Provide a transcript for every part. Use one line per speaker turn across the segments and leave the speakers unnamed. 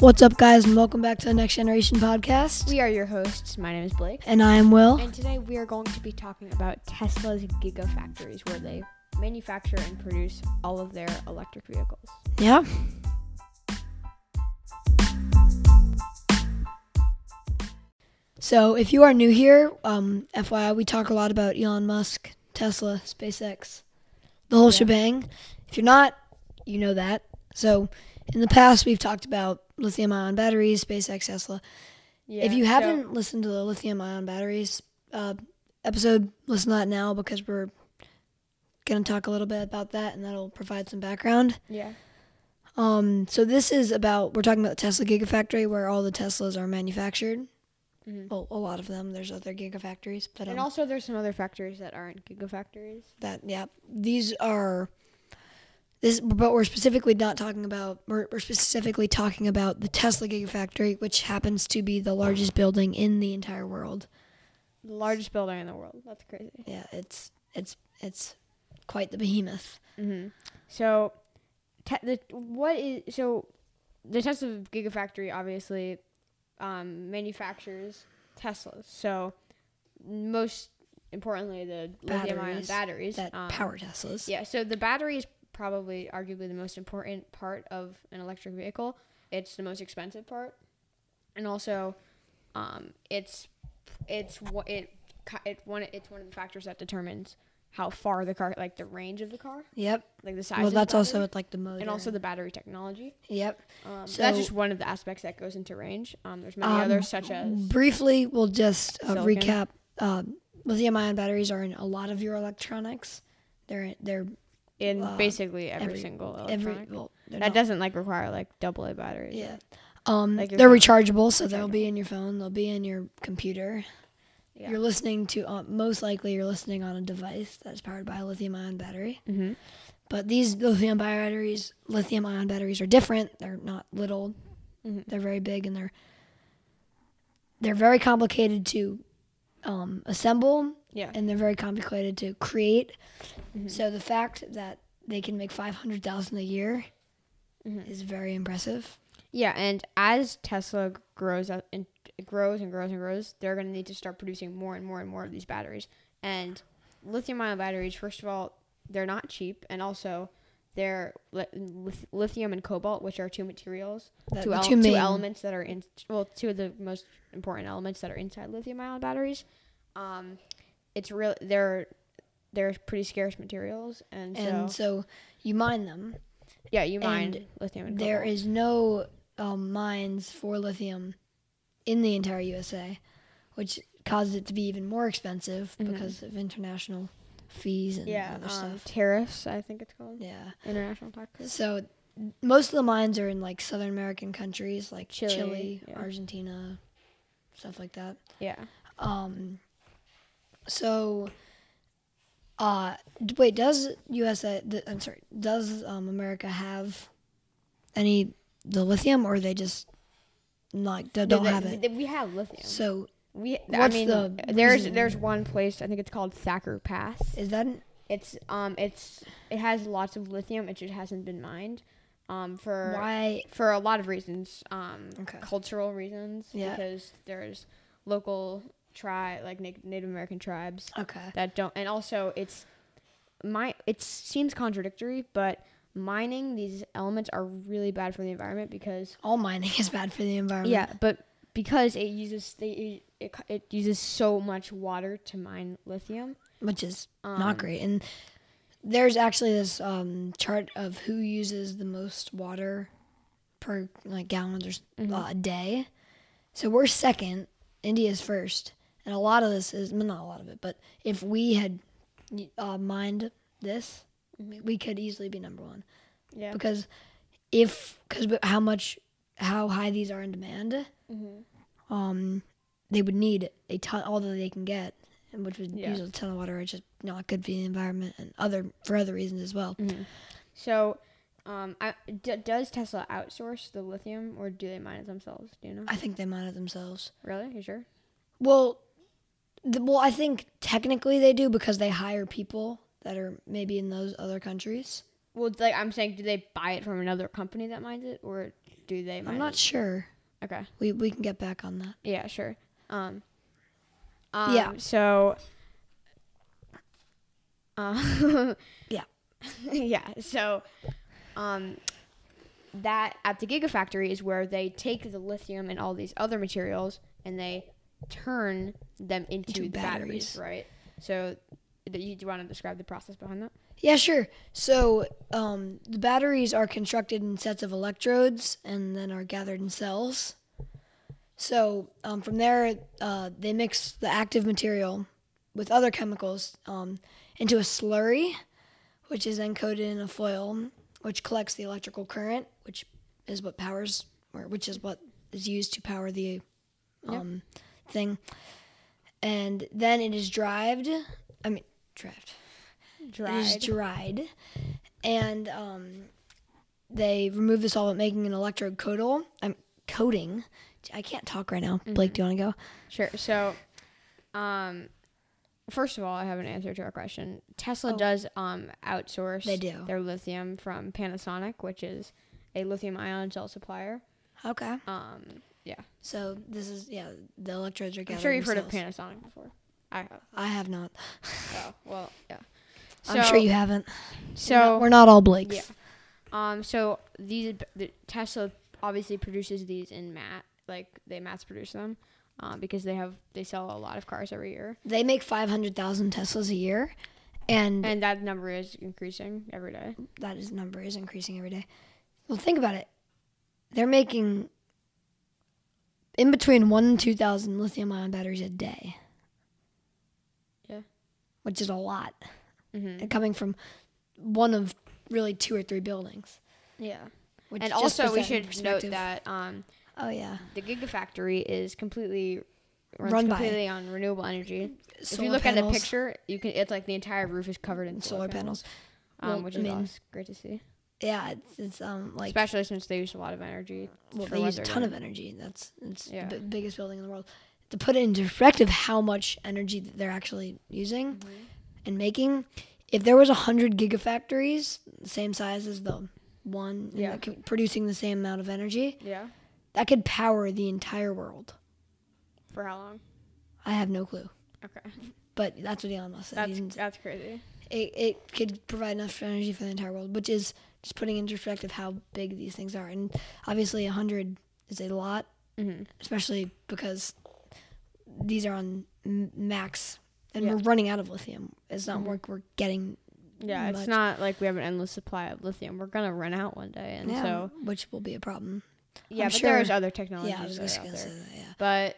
What's up, guys, and welcome back to the Next Generation Podcast.
We are your hosts. My name is Blake.
And I am Will.
And today we are going to be talking about Tesla's gigafactories, where they manufacture and produce all of their electric vehicles.
Yeah. So, if you are new here, um, FYI, we talk a lot about Elon Musk, Tesla, SpaceX, the whole
Yeah.
shebang. If you're not, you know that. So, in the past, we've talked about lithium ion batteries, SpaceX, Tesla.
Yeah,
if you
so-
haven't listened to the lithium ion batteries uh, episode, listen to that now because we're going to talk a little bit about that and that'll provide some background.
yeah,
Um, so, this is about, we're talking about the Tesla Gigafactory where all the Teslas are manufactured.
Mhm.
Well, a lot of them. There's other gigafactories, but um,
and also there's some other factories that aren't gigafactories.
that yeah, these are this. But we're specifically not talking about. We're, we're specifically talking about the Tesla Gigafactory, which happens to be the largest building in the entire world.
The largest building in the world. That's crazy.
Yeah, it's it's it's quite the behemoth.
hmm So, te- the what is so the Tesla gigafactory obviously um, manufactures Teslas. So most importantly, the lithium-ion
Batteries
batteries
That
um,
power Teslas.
Yeah, so the battery is probably arguably the most important part of an electric vehicle. It's the most expensive part, and also, um, it's it's what it ki- it one it's one of the factors that determines how far the car like the range of the car
Yep.
like the size.
Well,
of
that's
the
also
battery,
with like the motor.
and also the battery technology.
yep.
Um,
So-
that's just one of the aspects that goes into range. Um, there's many
Um,
others such as
Briefly, we'll just uh,
Silicon.
recap. Um, lithium-ion batteries are in a lot of your electronics. They're they're
in
uh,
basically every,
every-
single electronic.
every well, they're
that
not-
doesn't like require like double A batteries.
Yeah. Um,
Like your
they're
phone.
rechargeable, so they'll be in your phone. They'll be in your computer.
Yeah.
You're listening to uh, most likely you're listening on a device that's powered by a lithium-ion battery.
Mhm.
But these lithium batteries, lithium-ion batteries are different. They're not little.
Mhm.
They're very big, and they're they're very complicated to um, assemble,
Yeah.
and they're very complicated to create.
Mm-hmm.
So the fact that they can make five hundred thousand a year
Mhm.
is very impressive.
Yeah, and as Tesla g- grows up and grows and grows and grows, they're going to need to start producing more and more and more of these batteries. And lithium-ion batteries, first of all, they're not cheap, and also they're li- lith- lithium and cobalt, which are two materials,
The-
two,
the
el-
two
two
main-
elements that are in well, two of the most important elements that are inside lithium-ion batteries. Um, it's real. They're they're pretty scarce materials, and,
and
so
so you mine them.
yeah, you
and
mine lithium and
There
cobalt.
is no um, mines for lithium in the entire USA, which caused it to be even more expensive
Mhm.
because of international fees and
yeah
other
um,
stuff.
tariffs, I think it's called.
Yeah.
International taxes.
So most of the mines are in like Southern American countries, like Chile,
Chile, yeah.
Argentina, stuff like that.
Yeah.
Um, so, uh, d- wait, does USA? th- I'm sorry, does um, America have any the lithium, or they just not they don't
They-
have it?
they- we have lithium.
So
we. I
what's
mean,
the
there's
reason?
there's one place I think it's called Thacker Pass.
is that an-
It's um it's it has lots of lithium. It just hasn't been mined, um for
why?
for a lot of reasons, um
Okay.
cultural reasons
Yeah.
because there's local tri like Na- Native American tribes
Okay,
that don't and also it's my it seems contradictory but mining these elements are really bad for the environment because
all mining is bad for the environment.
Yeah, but because it uses they it, c- it uses so much water to mine lithium.
which is
Um,
not great. And there's actually this um, chart of who uses the most water per like gallons or s uh, a day. So we're second. India's first, and a lot of this is well, not a lot of it, but if we had uh, mined this, we could easily be number one
Yeah.
because if because how much how high these are in demand,
Mhm.
um, they would need a ton all that they can get, and which would
Yeah.
use a ton of water, which is not good for the environment and other for other reasons as
Mm-hmm.
well.
So, um, I, d- does Tesla outsource the lithium or do they mine it themselves? Do you know?
I think they mine it themselves.
Really? You sure?
Well, the, well, I think technically they do because they hire people that are maybe in those other countries.
Well, it's like I'm saying, do they buy it from another company that mines it, or do they?
I'm not sure.
okay.
We we can get back on that.
Yeah, sure. Um, um
Yeah.
So. Uh,
Yeah.
yeah. So, um, that at the Gigafactory is where they take the lithium and all these other materials and they turn them into,
Into
batteries.
batteries.
right? So, do you, do you want to describe the process behind that?
Yeah, sure. So um, the batteries are constructed in sets of electrodes and then are gathered in cells. So um, from there, uh, they mix the active material with other chemicals um, into a slurry, which is then coated in a foil, which collects the electrical current, which is what powers, or which is what is used to power the um, thing. And then it is drived. I mean, drived. It is dried. And um, they remove the solvent, making an electrode codal. I'm coating. I can't talk right now.
Mm-hmm.
Blake, do you want to go?
Sure. So, um, first of all, I have an answer to our question. Tesla does um outsource
Oh. They do.
their lithium from Panasonic, which is a lithium ion cell supplier.
Okay.
Um, yeah,
So this is yeah. The electrodes are.
I'm
gathered
sure you've
in
heard of
cells.
Panasonic before. I have.
I have not.
Oh, well, yeah.
I'm
So-
sure you haven't. We're not-
So
we're not all Blakes.
Yeah. Um. So these the Tesla obviously produces these in mat, like they mass produce them, um, because they have they sell a lot of cars every year,
They make 500,000 Teslas a year, and,
and that number is increasing every day.
that is number is increasing every day. Well, think about it. They're making in between one and two thousand lithium-ion batteries a day.
Yeah.
which is a lot,
Mm-hmm.
and coming from one of really two or three buildings.
Yeah.
Which
and
just
also
puts
we
that in
should note
perspective.
that um,
Oh yeah,
the gigafactory is completely runs
Run by-
completely on renewable energy. if
Solar
you look at
panels.
the picture, you can it's like the entire roof is covered in solar,
solar panels.
um,
Well,
which
I
is
mean,
awes- great to see.
Yeah, it's, it's um like
Especially since they use a lot of energy.
well,
for
they
what
use a
they're
ton of
doing.
energy. That's it's
Yeah.
the b- biggest building in the world. To put it into perspective, how much energy that they're actually using
Mm-hmm.
and making. If there was hundred gigafactories, the same size as the one, and
Yeah.
that could- producing the same amount of energy,
Yeah.
that could power the entire world.
For how long?
I have no clue,
Okay.
but that's what Elon Musk said. He
That's
didn't-
that's crazy.
it, it could provide enough energy for the entire world, which is just putting into perspective how big these things are. And obviously, 100 is a lot,
Mhm.
especially because these are on m- max and
Yeah.
we're running out of lithium. It's not
Mhm.
like we're getting,
Yeah, it's
Much.
not like we have an endless supply of lithium. We're gonna run out one day, and
yeah,
so
which will be a problem.
yeah.
I'm
but there's
sure-
other technologies
yeah, I was
that are
just
out
going to
there.
say that. Yeah.
But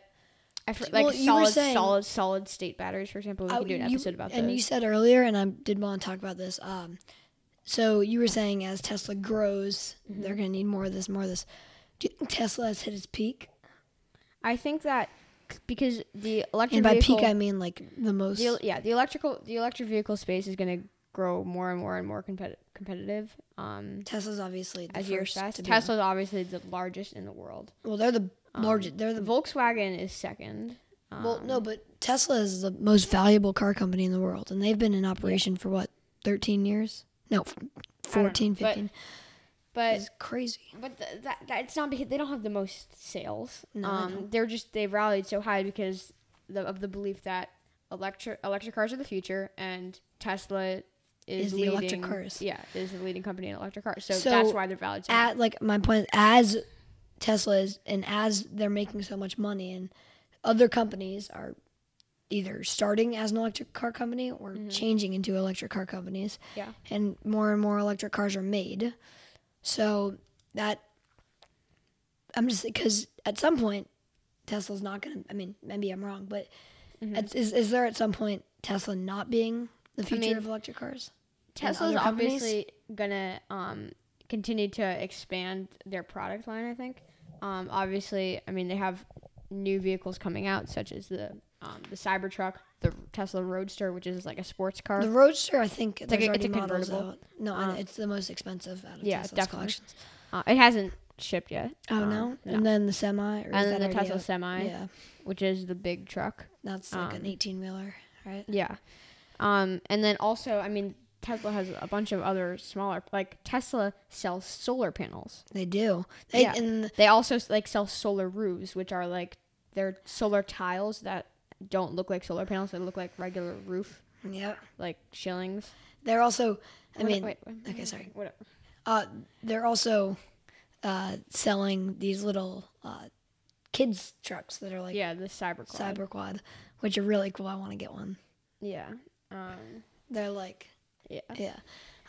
I fr-
Well,
like
you were
solid,
saying-
solid, solid state batteries, for example. We
Uh,
can do an
you-
episode about
and you
those.
said earlier, and I did want to talk about this. Um, so you were saying as Tesla grows,
Mm-hmm.
they're going to need more of this, more of this. Do you think Tesla has hit its peak?
I think that c- because the electric
And by
vehicle,
peak, I mean like the most.
the, yeah, the electrical, the electric vehicle space is going to grow more and more and more competi- competitive. Um,
Tesla's obviously the
as years
first.
pass,
to be-
Tesla's obviously the largest in the world.
Well, they're the
Um,
largest. They're the
Volkswagen is second. Um,
well, no, but Tesla is the most valuable car company in the world, and they've been in operation for what, thirteen years? No, f-
I don't know,
14,
but-
15.
but
It's crazy.
But th- that, that it's not because they don't have the most sales.
No, they
um,
don't.
they're just they've rallied so high because the, of the belief that electric electric cars are the future, and Tesla is,
Is the electric
leading-
cars.
Yeah, is the leading company in electric cars. So,
So,
that's why they're valued. So high.
At like my point, as Tesla is, and as they're making so much money, and other companies are either starting as an electric car company or changing into electric car companies.
Mm-hmm. yeah,
and more and more electric cars are made. So that I'm just because at some point Tesla's not gonna. I mean, maybe I'm wrong, but
Mm-hmm.
at- is is there at some point Tesla not being the future
mean-
of electric cars?
Tesla's
other companies?
obviously gonna um, continue to expand their product line. I think. Um, obviously, I mean they have new vehicles coming out, such as the um, the Cybertruck, the Tesla Roadster, which is like a sports car.
The Roadster, I think,
like
there's
a- it's
already
a
models
convertible.
out. No, I
Um,
know, it's the most expensive out of
yeah,
Tesla's
definitely.
collections.
Uh, it hasn't shipped yet.
Oh
Um,
no? and then the semi, or is
and
that
then the
already
Tesla
out?
Semi,
Yeah,
which is the big truck.
that's like
Um,
an 18 wheeler, right?
Yeah. Um, and then also, I mean, Tesla has a bunch of other smaller like Tesla sells solar panels.
They do. They
Yeah.
and
They also like sell solar roofs, which are like they're solar tiles that don't look like solar panels. They look like regular roof,
yeah,
like shillings.
they're also. I
What-
mean,
wait, wait,
okay, sorry.
Whatever.
Uh, they're also uh, selling these little uh, kids trucks that are like
yeah, the cyber. quad.
cyber quad, which are really cool. I want to get one.
Yeah. Um,
They're like,
yeah.
yeah,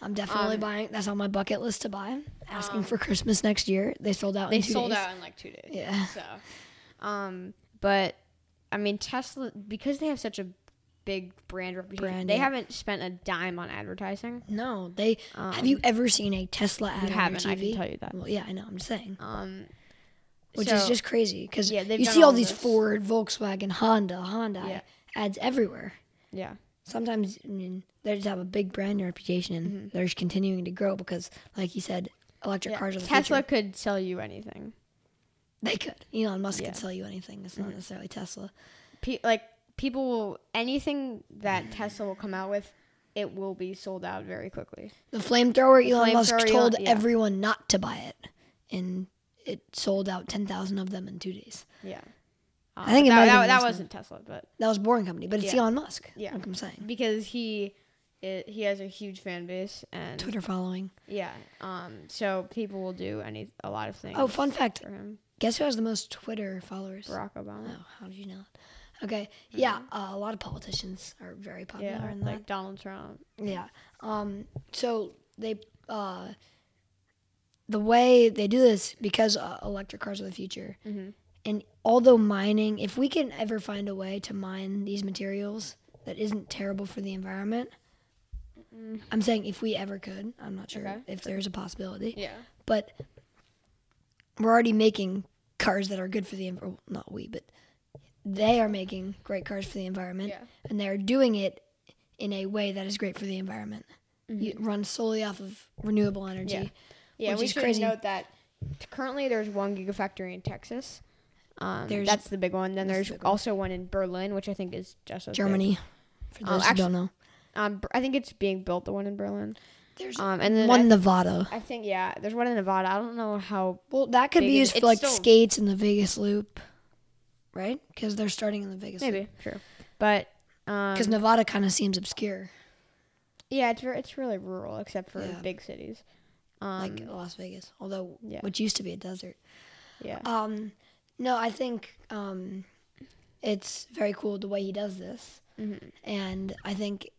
I'm definitely
Um,
buying. That's on my bucket list to buy. Asking
Um,
for Christmas next year. They sold out.
They
in two
sold
days.
out in like two days.
Yeah.
So, um, but I mean Tesla because they have such a big brand reputation,
Brand,
they
yeah.
haven't spent a dime on advertising.
No, they.
Um,
have you ever seen a Tesla ad
You
on
haven't.
your
I
TV?
can tell you that.
Well, yeah, I know. I'm just saying,
Um,
which
so-
is just crazy because
Yeah, they've
you
done
see all,
all
these
this.
Ford, Volkswagen, Honda, Hyundai
Yeah.
ads everywhere.
yeah,
Sometimes I mean, they just have a big brand reputation. and They're just continuing to grow because, like you said, electric
Mm-hmm. yeah.
cars are the
Tesla
future.
could sell you anything.
They could. Elon Musk
Yeah. Mm-hmm.
could sell you anything. It's not necessarily Tesla.
Pe- like people will anything that Tesla will come out with, it will be sold out very quickly.
The flamethrower, Elon Musk
flamethrower,
told
Elon- yeah.
everyone not to buy it, and it sold out ten thousand of them in two days.
Yeah. Um,
I think
but
it might
that,
have
that,
been
that
Musk.
wasn't Tesla, but
That was Boring Company, but it's
Yeah.
Elon Musk.
Yeah. Mm-hmm.
like I'm saying,
because he it, he has a huge fan base and
Twitter following.
yeah, um, so people will do any a lot of things.
Oh, fun fact:
for him,
Guess who has the most Twitter followers?
Barack Obama.
Oh, how did you know? it? Okay, yeah, uh, a lot of politicians are very popular
Mm-hmm. Yeah,
in that.
like Donald Trump.
Yeah. Um, so they uh, the way they do this because uh, electric cars are the future,
Mhm.
and although mining, if we can ever find a way to mine these materials that isn't terrible for the environment,
Mm.
I'm saying if we ever could, I'm not sure
Okay.
if there's a possibility,
Yeah,
but we're already making cars that are good for the environment. Not we, but they are making great cars for the environment
yeah,
and they're doing it in a way that is great for the environment. You run solely off of renewable energy.
Mm-hmm. Yeah. yeah.
Which
we
is
should
crazy.
note that t- currently there's one gigafactory in Texas. Um,
There's-
that's the big one. Then
that's
there's
the big one.
also one in Berlin, which I think is just as big.
Germany, for
Oh,
those who don't know.
Um, Ber- I think it's being built. The one in Berlin.
There's
Um, and then
one
I,
Nevada.
I think yeah, there's one in Nevada. I don't know how.
Well, that could be
Vegas-
used for
it's
like
still-
skates in the Vegas Loop, right? Because they're starting in the Vegas Loop.
Maybe sure, but um,
Because Nevada kind of seems obscure,
Yeah, it's very, it's really rural except for
Yeah.
big cities. Um,
like Las Vegas, although
yeah.
which used to be a desert.
yeah,
Um, no, I think um, it's very cool the way he does this.
Mhm.
and I think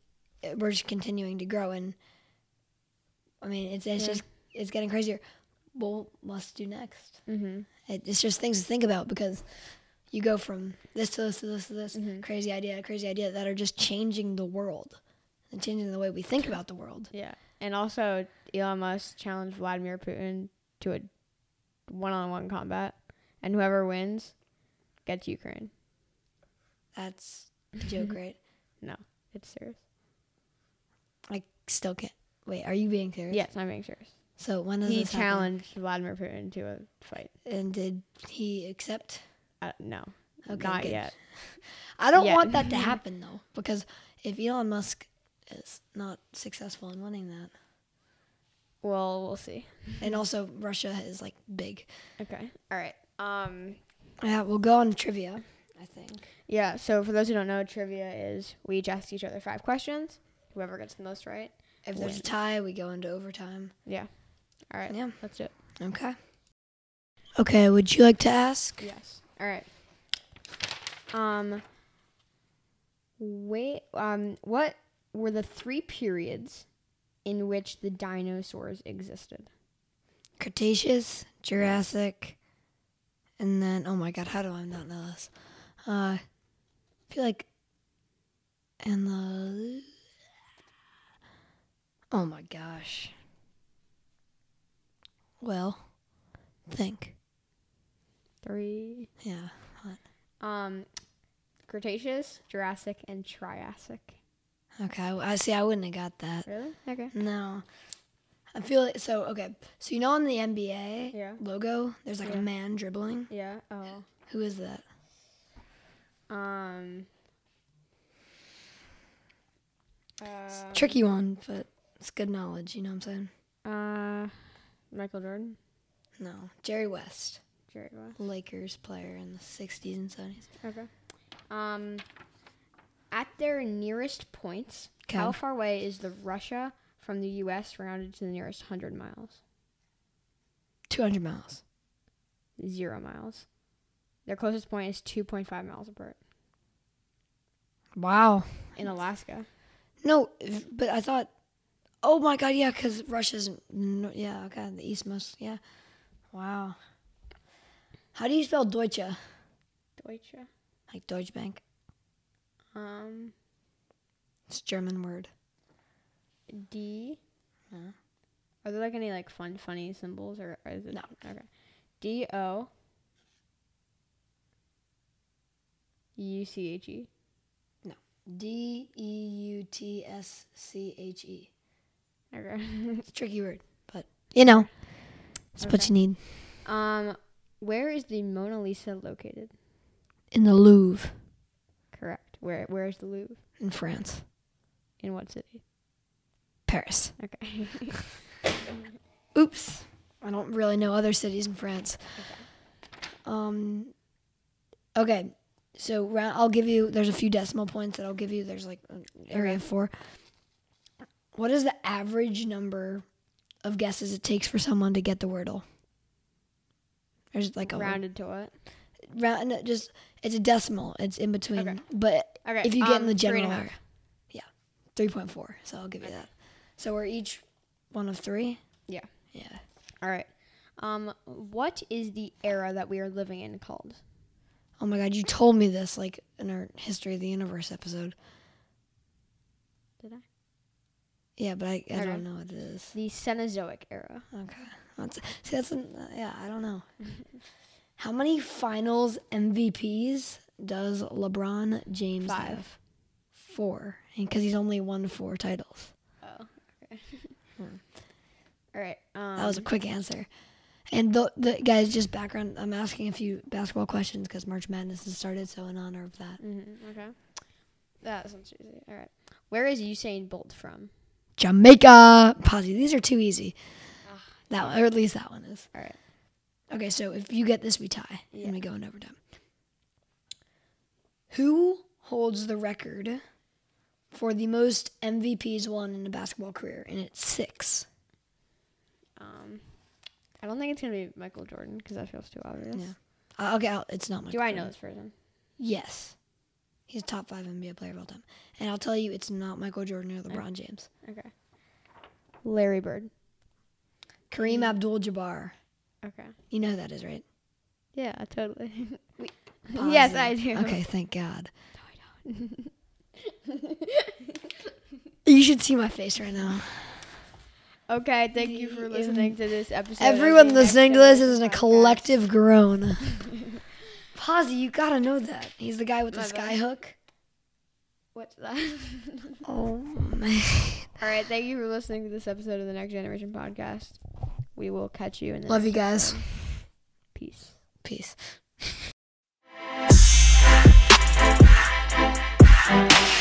it- we're just continuing to grow. And I mean, it's it's
Yeah.
just it's getting crazier. Well, what's to do next?
Mhm.
It, it's just things to think about because you go from this to this to this to this
Mhm.
crazy idea, crazy idea that are just changing the world and changing the way we think about the world.
yeah. And also, Elon Musk challenged Vladimir Putin to a one-on-one combat, and whoever wins gets Ukraine.
That's a joke,
Mm-hmm.
right?
It's serious.
I still can't. Wait, are you being serious?
Yes, I'm being serious.
So when does
He
this happen?
challenged Vladimir Putin to a fight.
And did he accept?
Uh, no,
Okay,
not
good.
yet.
I don't
Yeah. Mm-hmm.
want that to happen though, because if Elon Musk is not successful in winning that,
Well, we'll see.
and also Russia is like big.
Okay. All right. Um.
Yeah, we'll go on trivia. I think
Yeah, so for those who don't know, trivia is we each ask each other five questions. Whoever gets the most right.
if there's a
Win.
tie, we go into overtime.
All right.
Yeah.
That's it.
Okay. Okay. Would you like to ask?
Yes. All right. Um. Wait. Um. What were the three periods in which the dinosaurs existed?
Cretaceous, Jurassic, and then oh my god, how do I not know this? Uh, I feel like and the oh my gosh. Well, think
Three.
yeah.
Um. Cretaceous, Jurassic, and Triassic.
Okay, I I see. I wouldn't have got that.
Really? Okay.
No, I feel like so. Okay, so you know on the NBA
Yeah.
logo, there's like
Yeah.
a man dribbling.
Yeah. Oh.
Who is that?
Um. Uh,
Um, Tricky one, but It's good knowledge, you know what I'm saying?
Uh, Michael Jordan,
No. Jerry West,
Jerry West.
Lakers player in the 60s and 70s.
Okay. Um, at their nearest points,
Okay.
how far away is the Russia from the U.S. rounded to the nearest hundred miles?
200 miles.
Zero miles. Their closest point is two point five miles apart
Wow.
in Alaska.
No, if- but I thought, oh my God, yeah, because Russia's, no, yeah, okay, the eastmost, yeah. Wow. How do you spell Deutsche?
Deutsche.
Like Deutsche Bank?
Um,
It's a German word.
D.
Huh?
Are there like any like fun, funny symbols or, or is it
No.
Okay. D O. U C H E.
D E U T S C H E.
Okay.
It's a tricky word, but you know, it's what
Okay.
you need.
um, where is the Mona Lisa located?
In the Louvre
Correct. Where Where is the Louvre?
in France,
In what city?
Paris.
Okay.
Oops. I don't really know other cities in France. Um, okay. So round, I'll give you, there's a few decimal points that I'll give you. There's like an area of four. What is the average number of guesses it takes for someone to get the Wordle? There's like a
Rounded to what?
round, no, just, it's a decimal. It's in between.
Okay.
But
Okay.
if you get in
um,
the
three and a
general
half.
area. Yeah. 3.4. So I'll give you that. So we're each one of three?
Yeah.
Yeah.
All right. Um, what is the era that we are living in called?
Oh my god, you told me this like in our History of the Universe episode.
Did I?
Yeah, but I, I
Okay.
don't know what it is.
The Cenozoic era.
Okay. That's, see, that's, an, uh, yeah, I don't know. How many finals MVPs does LeBron James
Five.
have? Four. Because he's only won four titles.
Oh. Okay.
Hmm.
All right. Um,
That was a quick answer. And the, the guys, just background, I'm asking a few basketball questions because March Madness has started, so in honor of that.
mhm, okay. That sounds easy. All right. Where is Usain Bolt from?
Jamaica! Posy, these are too easy. That one, or at least that one is.
All right.
Okay, so if you get this, we tie,
Yeah.
and we go in overtime. Who holds the record for the most MVPs won in a basketball career? And it's six.
Um, I don't think it's gonna be Michael Jordan because that feels too obvious.
Yeah. Uh, okay, I'll, it's not my.
Do I know this person?
Yes, he's a top five NBA player of all time, and I'll tell you, it's not Michael Jordan or LeBron James.
Okay. Larry Bird. Mm-hmm.
Kareem Abdul-Jabbar.
Okay.
You know who that is, right?
Yeah, totally.
Pause
yes,
it.
I do.
Okay, thank God.
No, I don't.
You should see my face right now.
okay, thank you
The
for listening to this episode. of
Everyone
the Next
listening to this
Evolution
is in a
Podcast.
collective groan. Posy, you gotta know that. He's the guy with the
My
sky
bad.
hook.
What's that?
Oh man.
All right, thank you for listening to this episode of the Next Generation Podcast. We will catch you in the
Love you guys.
next episode. Peace.
Peace.